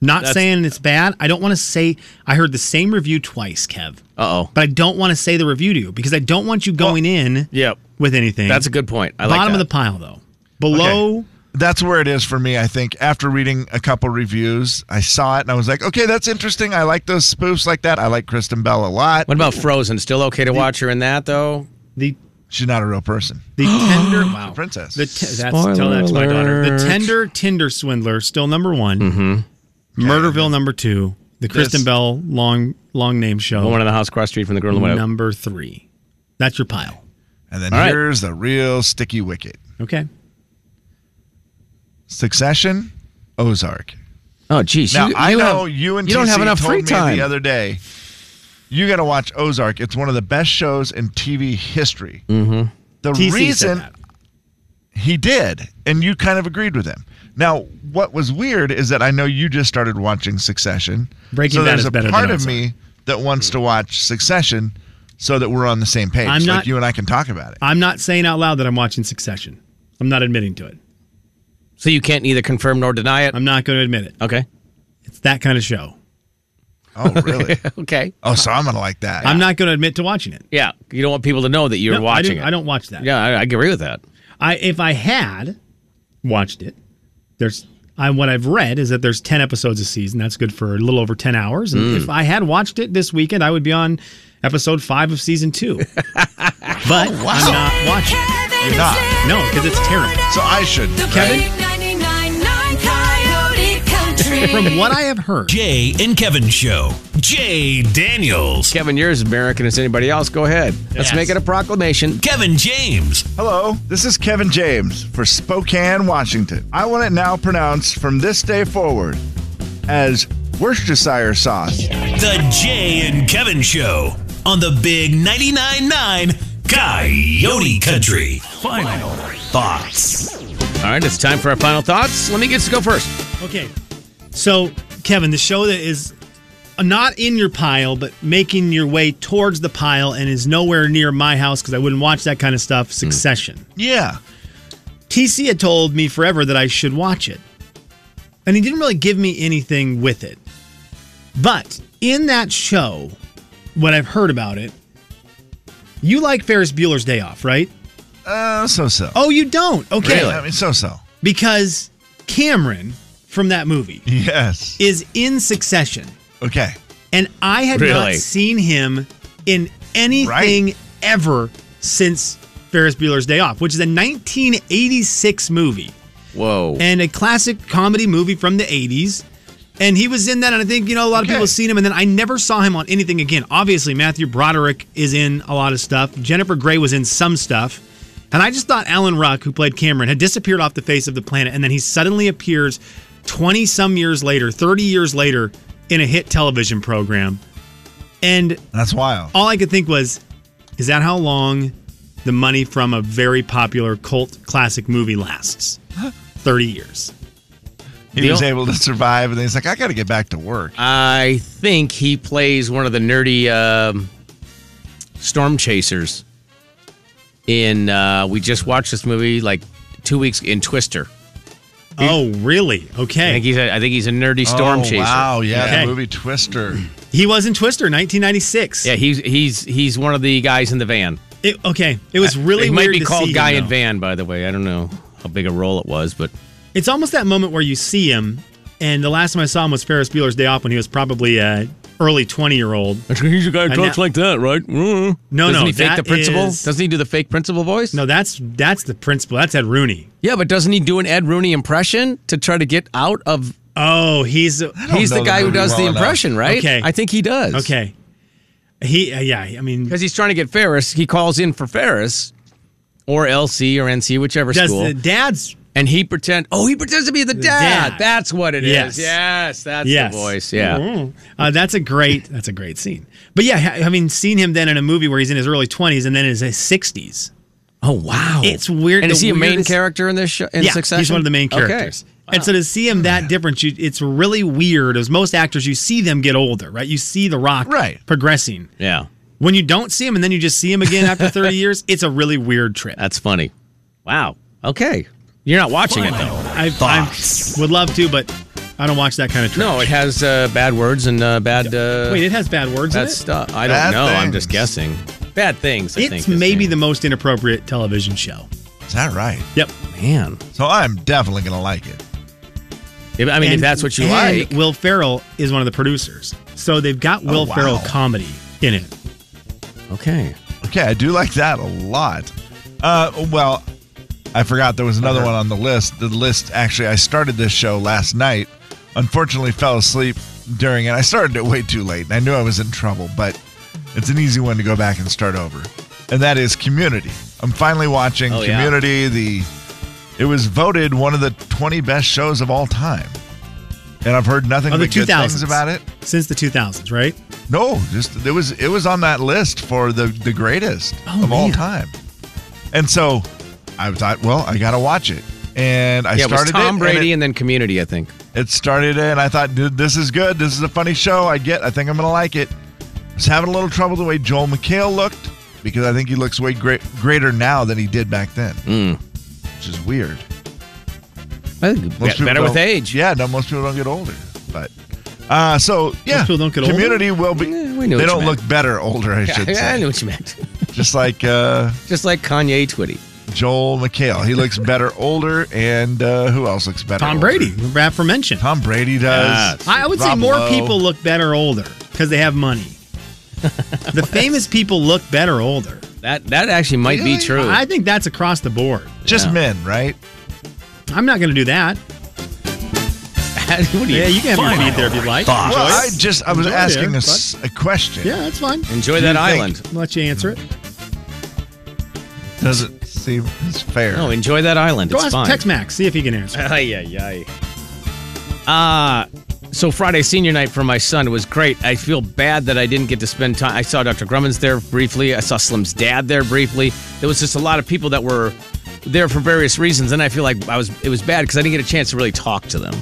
[SPEAKER 3] Not
[SPEAKER 2] That's-
[SPEAKER 3] saying it's bad. I don't want to say. I heard the same review twice, Kev.
[SPEAKER 2] Uh oh.
[SPEAKER 3] But I don't want to say the review to you because I don't want you going in
[SPEAKER 2] Yep.
[SPEAKER 3] with anything.
[SPEAKER 2] That's a good point. I like
[SPEAKER 3] Bottom
[SPEAKER 2] that.
[SPEAKER 3] of the pile, though. Below.
[SPEAKER 4] That's where it is for me. I think after reading a couple reviews, I saw it and I was like, okay, that's interesting. I like those spoofs like that. I like Kristen Bell a lot.
[SPEAKER 2] What about Frozen? Still okay to watch her in that though?
[SPEAKER 3] The
[SPEAKER 4] She's not a real person.
[SPEAKER 3] The tender wow
[SPEAKER 4] princess.
[SPEAKER 3] The te- that's tell that to my
[SPEAKER 2] Spoiler
[SPEAKER 3] daughter. The
[SPEAKER 2] alert.
[SPEAKER 3] tender Tinder swindler still number one. Mm-hmm. Murderville number two. The Kristen
[SPEAKER 4] This-
[SPEAKER 3] Bell long long name show
[SPEAKER 2] The one in the house across the street from the girl in the window.
[SPEAKER 3] number three. That's your pile.
[SPEAKER 4] And then
[SPEAKER 2] All right.
[SPEAKER 4] here's the real sticky wicket
[SPEAKER 3] Okay.
[SPEAKER 4] Succession, Ozark.
[SPEAKER 2] Oh, geez.
[SPEAKER 4] Now,
[SPEAKER 2] you,
[SPEAKER 4] I
[SPEAKER 2] you
[SPEAKER 4] know
[SPEAKER 2] have,
[SPEAKER 4] you and
[SPEAKER 2] you don't
[SPEAKER 4] TC
[SPEAKER 2] have enough
[SPEAKER 4] told
[SPEAKER 2] free
[SPEAKER 4] me
[SPEAKER 2] time.
[SPEAKER 4] the other day. You got to watch Ozark. It's one of the best shows in TV history. Mm-hmm. The
[SPEAKER 3] TC
[SPEAKER 4] reason
[SPEAKER 3] said that.
[SPEAKER 4] he did, and you kind of agreed with him. Now, what was weird is that I know you just started watching Succession.
[SPEAKER 3] Breaking
[SPEAKER 4] so
[SPEAKER 3] Bad
[SPEAKER 4] there's
[SPEAKER 3] is
[SPEAKER 4] a
[SPEAKER 3] better than
[SPEAKER 4] part of
[SPEAKER 3] Ozark.
[SPEAKER 4] me that wants to watch Succession so that we're on the same page.
[SPEAKER 3] I'm
[SPEAKER 4] like
[SPEAKER 3] not-
[SPEAKER 4] you and I can talk about it.
[SPEAKER 3] I'm not saying out loud that I'm watching Succession. I'm not admitting to it.
[SPEAKER 2] so you can't neither confirm nor deny it.
[SPEAKER 3] I'm not going to admit it.
[SPEAKER 2] okay.
[SPEAKER 3] It's that kind of show.
[SPEAKER 4] Oh, really?
[SPEAKER 2] Okay.
[SPEAKER 4] oh, so I'm gonna like that.
[SPEAKER 3] I'm not going to admit to watching it.
[SPEAKER 2] Yeah. You don't want people to know that you're
[SPEAKER 3] No, I,
[SPEAKER 2] watching
[SPEAKER 3] do,
[SPEAKER 2] it.
[SPEAKER 3] I don't watch that.
[SPEAKER 2] Yeah, I, I agree with that.
[SPEAKER 3] I if I had watched it, there's I what I've read is that there's ten episodes a season. That's good for a little over ten hours. And
[SPEAKER 2] Mm.
[SPEAKER 3] if I had watched it this weekend, I would be on episode five of season two. but
[SPEAKER 2] Oh,
[SPEAKER 3] I'm not watching. it.
[SPEAKER 4] You're not.
[SPEAKER 3] No, because it's terrible.
[SPEAKER 4] So I should.
[SPEAKER 3] Kevin?
[SPEAKER 6] Kevin? 99.9 Coyote Country.
[SPEAKER 3] From what I have heard,
[SPEAKER 1] Jay and Kevin Show. Jay Daniels.
[SPEAKER 2] Kevin, you're as American as anybody else. Go ahead. Let's
[SPEAKER 3] Yes.
[SPEAKER 2] make it a proclamation.
[SPEAKER 1] Kevin James.
[SPEAKER 4] Hello, this is Kevin James for Spokane, Washington. I want it now pronounced from this day forward as Worcestershire sauce.
[SPEAKER 1] The Jay and Kevin Show on the Big 99.9 9 Coyote Country. Final thoughts.
[SPEAKER 2] All right, it's time for our final thoughts. Let me get to go first.
[SPEAKER 3] okay. So Kevin, the show that is not in your pile, but making your way towards the pile and is nowhere near my house because I wouldn't watch that kind of stuff. Succession.
[SPEAKER 4] Yeah.
[SPEAKER 3] TC had told me forever that I should watch it. And he didn't really give me anything with it. But in that show, what I've heard about it, you like Ferris Bueller's Day Off, right?
[SPEAKER 4] Uh, so so.
[SPEAKER 3] Oh, you don't? Okay.
[SPEAKER 4] I mean, so so.
[SPEAKER 3] Because Cameron from that movie
[SPEAKER 4] Yes.
[SPEAKER 3] is in succession.
[SPEAKER 4] Okay.
[SPEAKER 3] And I had not
[SPEAKER 2] Really?
[SPEAKER 3] seen him in anything ever since Ferris Bueller's Day Off, which is a 1986 movie.
[SPEAKER 2] Whoa.
[SPEAKER 3] and a classic comedy movie from the 80s. And he was in that, and I think, you know, a lot of
[SPEAKER 4] Okay.
[SPEAKER 3] people have seen him. And then I never saw him on anything again. Obviously, Matthew Broderick is in a lot of stuff. Jennifer Gray was in some stuff. And I just thought Alan Ruck, who played Cameron, had disappeared off the face of the planet. And then he suddenly appears 20 some years later, 30 years later, in a hit television program. And
[SPEAKER 4] That's wild.
[SPEAKER 3] all I could think was, is that how long the money from a very popular cult classic movie lasts 30 years.
[SPEAKER 4] He
[SPEAKER 2] Deal.
[SPEAKER 4] was able to survive, and then he's like, I got to get back to work.
[SPEAKER 2] I think he plays one of the nerdy um, storm chasers. In uh, we just watched this movie like two weeks in Twister.
[SPEAKER 3] Oh, really?
[SPEAKER 2] I think
[SPEAKER 3] Okay.
[SPEAKER 2] he's a, I think he's a nerdy storm
[SPEAKER 4] oh,
[SPEAKER 2] chaser.
[SPEAKER 4] Wow, yeah,
[SPEAKER 3] Okay.
[SPEAKER 4] the movie Twister.
[SPEAKER 3] He was in Twister 1996.
[SPEAKER 2] Yeah, he's he's he's one of the guys in the van.
[SPEAKER 3] It, okay. It was really
[SPEAKER 2] Uh, it
[SPEAKER 3] weird.
[SPEAKER 2] might be
[SPEAKER 3] to
[SPEAKER 2] called
[SPEAKER 3] see
[SPEAKER 2] Guy
[SPEAKER 3] him,
[SPEAKER 2] in
[SPEAKER 3] though.
[SPEAKER 2] Van, by the way. I don't know how big a role it was, but
[SPEAKER 3] It's almost that moment where you see him, and the last time I saw him was Ferris Bueller's Day Off when he was probably a early 20 year old.
[SPEAKER 2] he's a guy
[SPEAKER 3] And talks that-
[SPEAKER 2] like that, right? Mm-hmm. No, Doesn't
[SPEAKER 3] no,
[SPEAKER 2] he fake
[SPEAKER 3] that
[SPEAKER 2] the principal?
[SPEAKER 3] is-
[SPEAKER 2] Doesn't he do the fake principal voice?
[SPEAKER 3] No, that's that's the principal. That's Ed Rooney.
[SPEAKER 2] Yeah, but doesn't he do an Ed Rooney impression to try to get out of?
[SPEAKER 3] Oh, he's
[SPEAKER 4] don't
[SPEAKER 2] He's the
[SPEAKER 4] know the
[SPEAKER 2] guy who
[SPEAKER 4] movie
[SPEAKER 2] does the
[SPEAKER 4] well enough.
[SPEAKER 2] impression, right?
[SPEAKER 3] Okay.
[SPEAKER 2] I think he does.
[SPEAKER 3] okay. He uh, yeah. I mean,
[SPEAKER 2] because he's trying to get Ferris. He calls in for Ferris, or LC or NC, whichever
[SPEAKER 3] does
[SPEAKER 2] school,
[SPEAKER 3] the dad's
[SPEAKER 2] and he pretend. Oh, he pretends to be the dad.
[SPEAKER 3] dad.
[SPEAKER 2] That's what it is.
[SPEAKER 3] Yes.
[SPEAKER 2] Yes, that's
[SPEAKER 3] yes
[SPEAKER 2] the voice. Yeah.
[SPEAKER 3] Mhm. Uh, that's a great that's a great scene. But yeah, ha- having seen him then in a movie where he's in his early twenties and then in his sixties.
[SPEAKER 2] Oh wow,
[SPEAKER 3] It's weird-
[SPEAKER 2] And
[SPEAKER 3] the
[SPEAKER 2] is he a main
[SPEAKER 3] weirdest-
[SPEAKER 2] character in this show? In
[SPEAKER 3] Yeah,
[SPEAKER 2] Succession?
[SPEAKER 3] he's one of the main
[SPEAKER 2] Okay.
[SPEAKER 3] characters. And so to see him that different, you, it's really weird. As most actors, you see them get older, right? You see The Rock
[SPEAKER 4] Right.
[SPEAKER 3] progressing.
[SPEAKER 2] Yeah,
[SPEAKER 3] When you don't see him and then you just see him again after 30 years, it's a really weird trip.
[SPEAKER 2] that's funny. Wow. Okay, you're not watching it though.
[SPEAKER 3] I, I would love to, but I don't watch that kind of trip.
[SPEAKER 2] No, it has uh, bad words and uh, bad. Uh,
[SPEAKER 3] Wait, it has bad words in
[SPEAKER 2] That's
[SPEAKER 3] it?
[SPEAKER 2] stuff. I don't
[SPEAKER 4] Bad
[SPEAKER 2] know. I'm just
[SPEAKER 4] things.
[SPEAKER 2] guessing. Bad things. I
[SPEAKER 3] It's
[SPEAKER 2] think, is
[SPEAKER 3] maybe the
[SPEAKER 2] the
[SPEAKER 3] most inappropriate television show.
[SPEAKER 4] Is that right?
[SPEAKER 3] Yep.
[SPEAKER 2] man.
[SPEAKER 4] So I'm definitely gonna like it.
[SPEAKER 2] If, I mean, if that's what you
[SPEAKER 3] and
[SPEAKER 2] like, Oh,
[SPEAKER 3] Will Ferrell is one of the producers. So they've got Will
[SPEAKER 4] wow.
[SPEAKER 3] Ferrell comedy in it.
[SPEAKER 2] okay.
[SPEAKER 4] Okay, I do like that a lot. Uh, well, I forgot there was another one on the list. The list actually, I started this show last night. Unfortunately, fell asleep during it. I started it way too late, and I knew I was in trouble. But it's an easy one to go back and start over, and that is Community. I'm finally watching
[SPEAKER 2] Oh, yeah.
[SPEAKER 4] Community. The it was voted one of the 20 best shows of all time, and I've heard nothing
[SPEAKER 3] Of the
[SPEAKER 4] but good
[SPEAKER 3] 2000s.
[SPEAKER 4] things about it.
[SPEAKER 3] Since the 2000s, right?
[SPEAKER 4] No, just it was it was on that list for the the greatest
[SPEAKER 3] Oh,
[SPEAKER 4] of all
[SPEAKER 3] man.
[SPEAKER 4] time. And so I thought, well, I gotta watch it. And I
[SPEAKER 2] yeah, it was
[SPEAKER 4] started
[SPEAKER 2] Tom
[SPEAKER 4] it,
[SPEAKER 2] Brady
[SPEAKER 4] and
[SPEAKER 2] and then Community, I think.
[SPEAKER 4] it, it started it, and I thought, dude, this is good. This is a funny show. I get. I think I'm gonna like it. I was having a little trouble the way Joel McHale looked because I think he looks way great, greater now than he did back then,
[SPEAKER 2] Mm.
[SPEAKER 4] which is weird.
[SPEAKER 2] I
[SPEAKER 4] Most
[SPEAKER 2] think be-
[SPEAKER 4] people
[SPEAKER 2] better with
[SPEAKER 4] don't-
[SPEAKER 2] age.
[SPEAKER 4] Yeah, no, most people don't get older. But uh, so yeah,
[SPEAKER 3] people don't get older?
[SPEAKER 4] community will be.
[SPEAKER 2] Yeah, we
[SPEAKER 4] they
[SPEAKER 2] knew what you
[SPEAKER 4] don't
[SPEAKER 2] meant.
[SPEAKER 4] look better older. I should
[SPEAKER 2] I,
[SPEAKER 4] say.
[SPEAKER 2] I knew what you meant.
[SPEAKER 4] just like uh,
[SPEAKER 2] Just like Kanye Twitty.
[SPEAKER 4] Joel McHale. He looks better older, and uh, who else looks better?
[SPEAKER 3] Tom
[SPEAKER 4] older?
[SPEAKER 3] Brady, aforementioned.
[SPEAKER 4] Tom Brady does.
[SPEAKER 3] I I would say
[SPEAKER 4] Rob
[SPEAKER 3] more
[SPEAKER 4] Lowe.
[SPEAKER 3] people look better older because they have money. the famous people look better older.
[SPEAKER 2] That that actually might
[SPEAKER 4] Really?
[SPEAKER 2] be true.
[SPEAKER 3] I think that's across the board.
[SPEAKER 4] Just
[SPEAKER 2] Yeah.
[SPEAKER 4] men, right?
[SPEAKER 3] I'm not going to do that.
[SPEAKER 2] What do you-
[SPEAKER 3] Yeah, you can have your
[SPEAKER 1] Final
[SPEAKER 3] feed there if you'd like.
[SPEAKER 1] thoughts.
[SPEAKER 4] Well, I
[SPEAKER 3] Enjoy it.
[SPEAKER 4] just I was
[SPEAKER 3] Enjoy
[SPEAKER 4] asking
[SPEAKER 3] there,
[SPEAKER 4] a, s- a question.
[SPEAKER 3] Yeah, that's fine.
[SPEAKER 2] enjoy
[SPEAKER 4] Do you
[SPEAKER 2] that
[SPEAKER 4] think-
[SPEAKER 2] island.
[SPEAKER 3] I'll let you answer it.
[SPEAKER 4] Doesn't seem it's fair.
[SPEAKER 2] No, enjoy that island.
[SPEAKER 3] Go
[SPEAKER 2] it's
[SPEAKER 3] ask
[SPEAKER 2] fine.
[SPEAKER 3] Tex Max, see if he can answer.
[SPEAKER 2] Ay, ay, ay. Uh, so Friday senior night for my son was great. I feel bad that I didn't get to spend time. I saw Dr. Grumman's there briefly. I saw Slim's dad there briefly. There was just a lot of people that were there for various reasons, and I feel like I was it was bad because I didn't get a chance to really talk to them.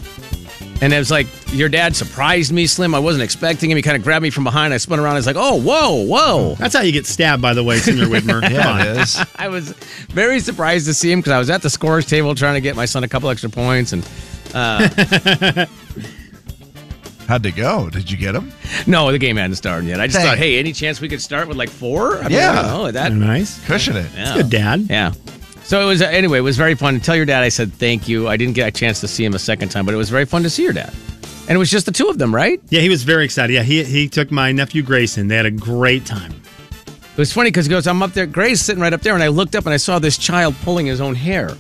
[SPEAKER 2] And it was like your dad surprised me, Slim. I wasn't expecting him. He kind of grabbed me from behind. I spun around. I was like, "Oh, whoa, whoa!"
[SPEAKER 3] That's how you get stabbed, by the way, Senior Whitmer. Come on.
[SPEAKER 4] Yeah, it is.
[SPEAKER 2] I was very surprised to see him because I was at the scores table trying to get my son a couple extra points, and
[SPEAKER 4] How'd they go? Did you get him?
[SPEAKER 2] No, the game hadn't started yet. I just
[SPEAKER 4] Dang.
[SPEAKER 2] thought, hey, any chance we could start with like four? I
[SPEAKER 4] Yeah.
[SPEAKER 2] I don't know, that.
[SPEAKER 3] Nice.
[SPEAKER 4] Cushion it.
[SPEAKER 2] Yeah.
[SPEAKER 3] Good dad.
[SPEAKER 2] Yeah. So it was uh, anyway. It was very fun. Tell your dad I said thank you. I didn't get a chance to see him a second time, but it was very fun to see your dad. And it was just the two of them, right?
[SPEAKER 3] Yeah, he was very excited. Yeah, he, he took my nephew Grayson. They had a great time.
[SPEAKER 2] It was funny because he goes, I'm up there. Gray's sitting right up there, and I looked up and I saw this child pulling his own hair.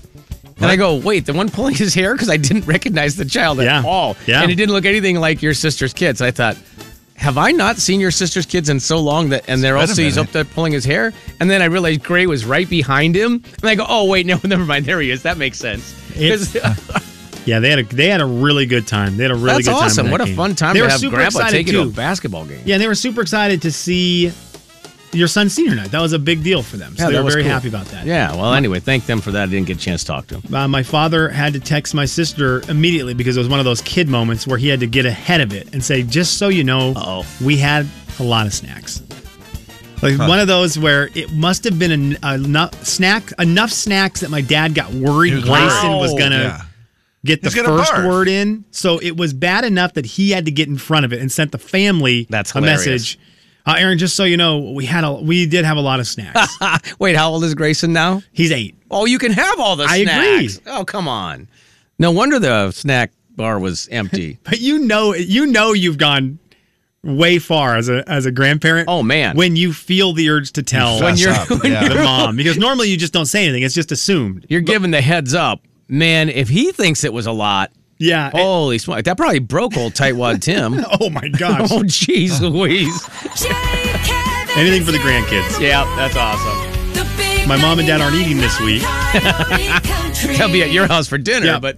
[SPEAKER 2] And I go, wait, the one pulling his hair? Because I didn't recognize the child at
[SPEAKER 3] Yeah.
[SPEAKER 2] all.
[SPEAKER 3] Yeah.
[SPEAKER 2] And it didn't look anything like your sister's kids. And I thought, have I not seen your sister's kids in so long that, and they're
[SPEAKER 4] Wait a
[SPEAKER 2] also, he's
[SPEAKER 4] minute.
[SPEAKER 2] up there pulling his hair? And then I realized Gray was right behind him. And I go, oh, wait, no, never mind. There he is. That makes sense. 'Cause-
[SPEAKER 3] Yeah, they had a they had a really good time. They had a really
[SPEAKER 2] that's
[SPEAKER 3] good time.
[SPEAKER 2] awesome.
[SPEAKER 3] in that
[SPEAKER 2] What a
[SPEAKER 3] game.
[SPEAKER 2] fun time
[SPEAKER 3] they
[SPEAKER 2] to
[SPEAKER 3] were
[SPEAKER 2] have
[SPEAKER 3] super
[SPEAKER 2] grandpa
[SPEAKER 3] excited
[SPEAKER 2] take you
[SPEAKER 3] too.
[SPEAKER 2] to a basketball game.
[SPEAKER 3] Yeah, and they were super excited to see your son's senior night. That was a big deal for them. So they
[SPEAKER 2] that
[SPEAKER 3] were
[SPEAKER 2] was
[SPEAKER 3] very
[SPEAKER 2] cool.
[SPEAKER 3] happy about that.
[SPEAKER 2] Yeah. Well, anyway, thank them for that. I didn't get a chance to talk to him.
[SPEAKER 3] Uh, my father had to text my sister immediately because it was one of those kid moments where he had to get ahead of it and say, just so you know,
[SPEAKER 2] Uh-oh.
[SPEAKER 3] we had a lot of snacks. Like one of those where it must have been en- enough snack, enough snacks that my dad got worried
[SPEAKER 4] He was worried.
[SPEAKER 3] Grayson was
[SPEAKER 2] Wow.
[SPEAKER 3] gonna
[SPEAKER 4] oh, Yeah.
[SPEAKER 3] get the
[SPEAKER 4] He's gonna
[SPEAKER 3] first
[SPEAKER 4] barf.
[SPEAKER 3] word in. So it was bad enough that he had to get in front of it and sent the family
[SPEAKER 2] That's
[SPEAKER 3] a
[SPEAKER 2] hilarious.
[SPEAKER 3] message. Uh, Aaron, just so you know, we had a we did have a lot of snacks.
[SPEAKER 2] Wait, how old is Grayson now?
[SPEAKER 3] He's eight.
[SPEAKER 2] Oh, you can have all the
[SPEAKER 3] I agree.
[SPEAKER 2] snacks. Oh, come on. No wonder the snack bar was empty.
[SPEAKER 3] But you know, you know, you've gone way far as a as a grandparent.
[SPEAKER 2] Oh, man.
[SPEAKER 3] when you feel the urge to tell
[SPEAKER 4] Fess
[SPEAKER 2] you're-
[SPEAKER 4] up.
[SPEAKER 2] when
[SPEAKER 4] yeah.
[SPEAKER 3] the mom, because normally you just don't say anything; it's just assumed.
[SPEAKER 2] You're giving the heads up. Man, if he thinks it was a lot,
[SPEAKER 3] Yeah.
[SPEAKER 4] Oh.
[SPEAKER 3] it-
[SPEAKER 2] holy smoke. That probably broke old tightwad Tim.
[SPEAKER 3] oh my gosh.
[SPEAKER 2] Oh, jeez Louise.
[SPEAKER 3] Anything for the grandkids.
[SPEAKER 2] Yeah, that's awesome.
[SPEAKER 3] My mom and dad aren't eating this week.
[SPEAKER 2] They'll be at your house for dinner,
[SPEAKER 3] Yeah.
[SPEAKER 2] but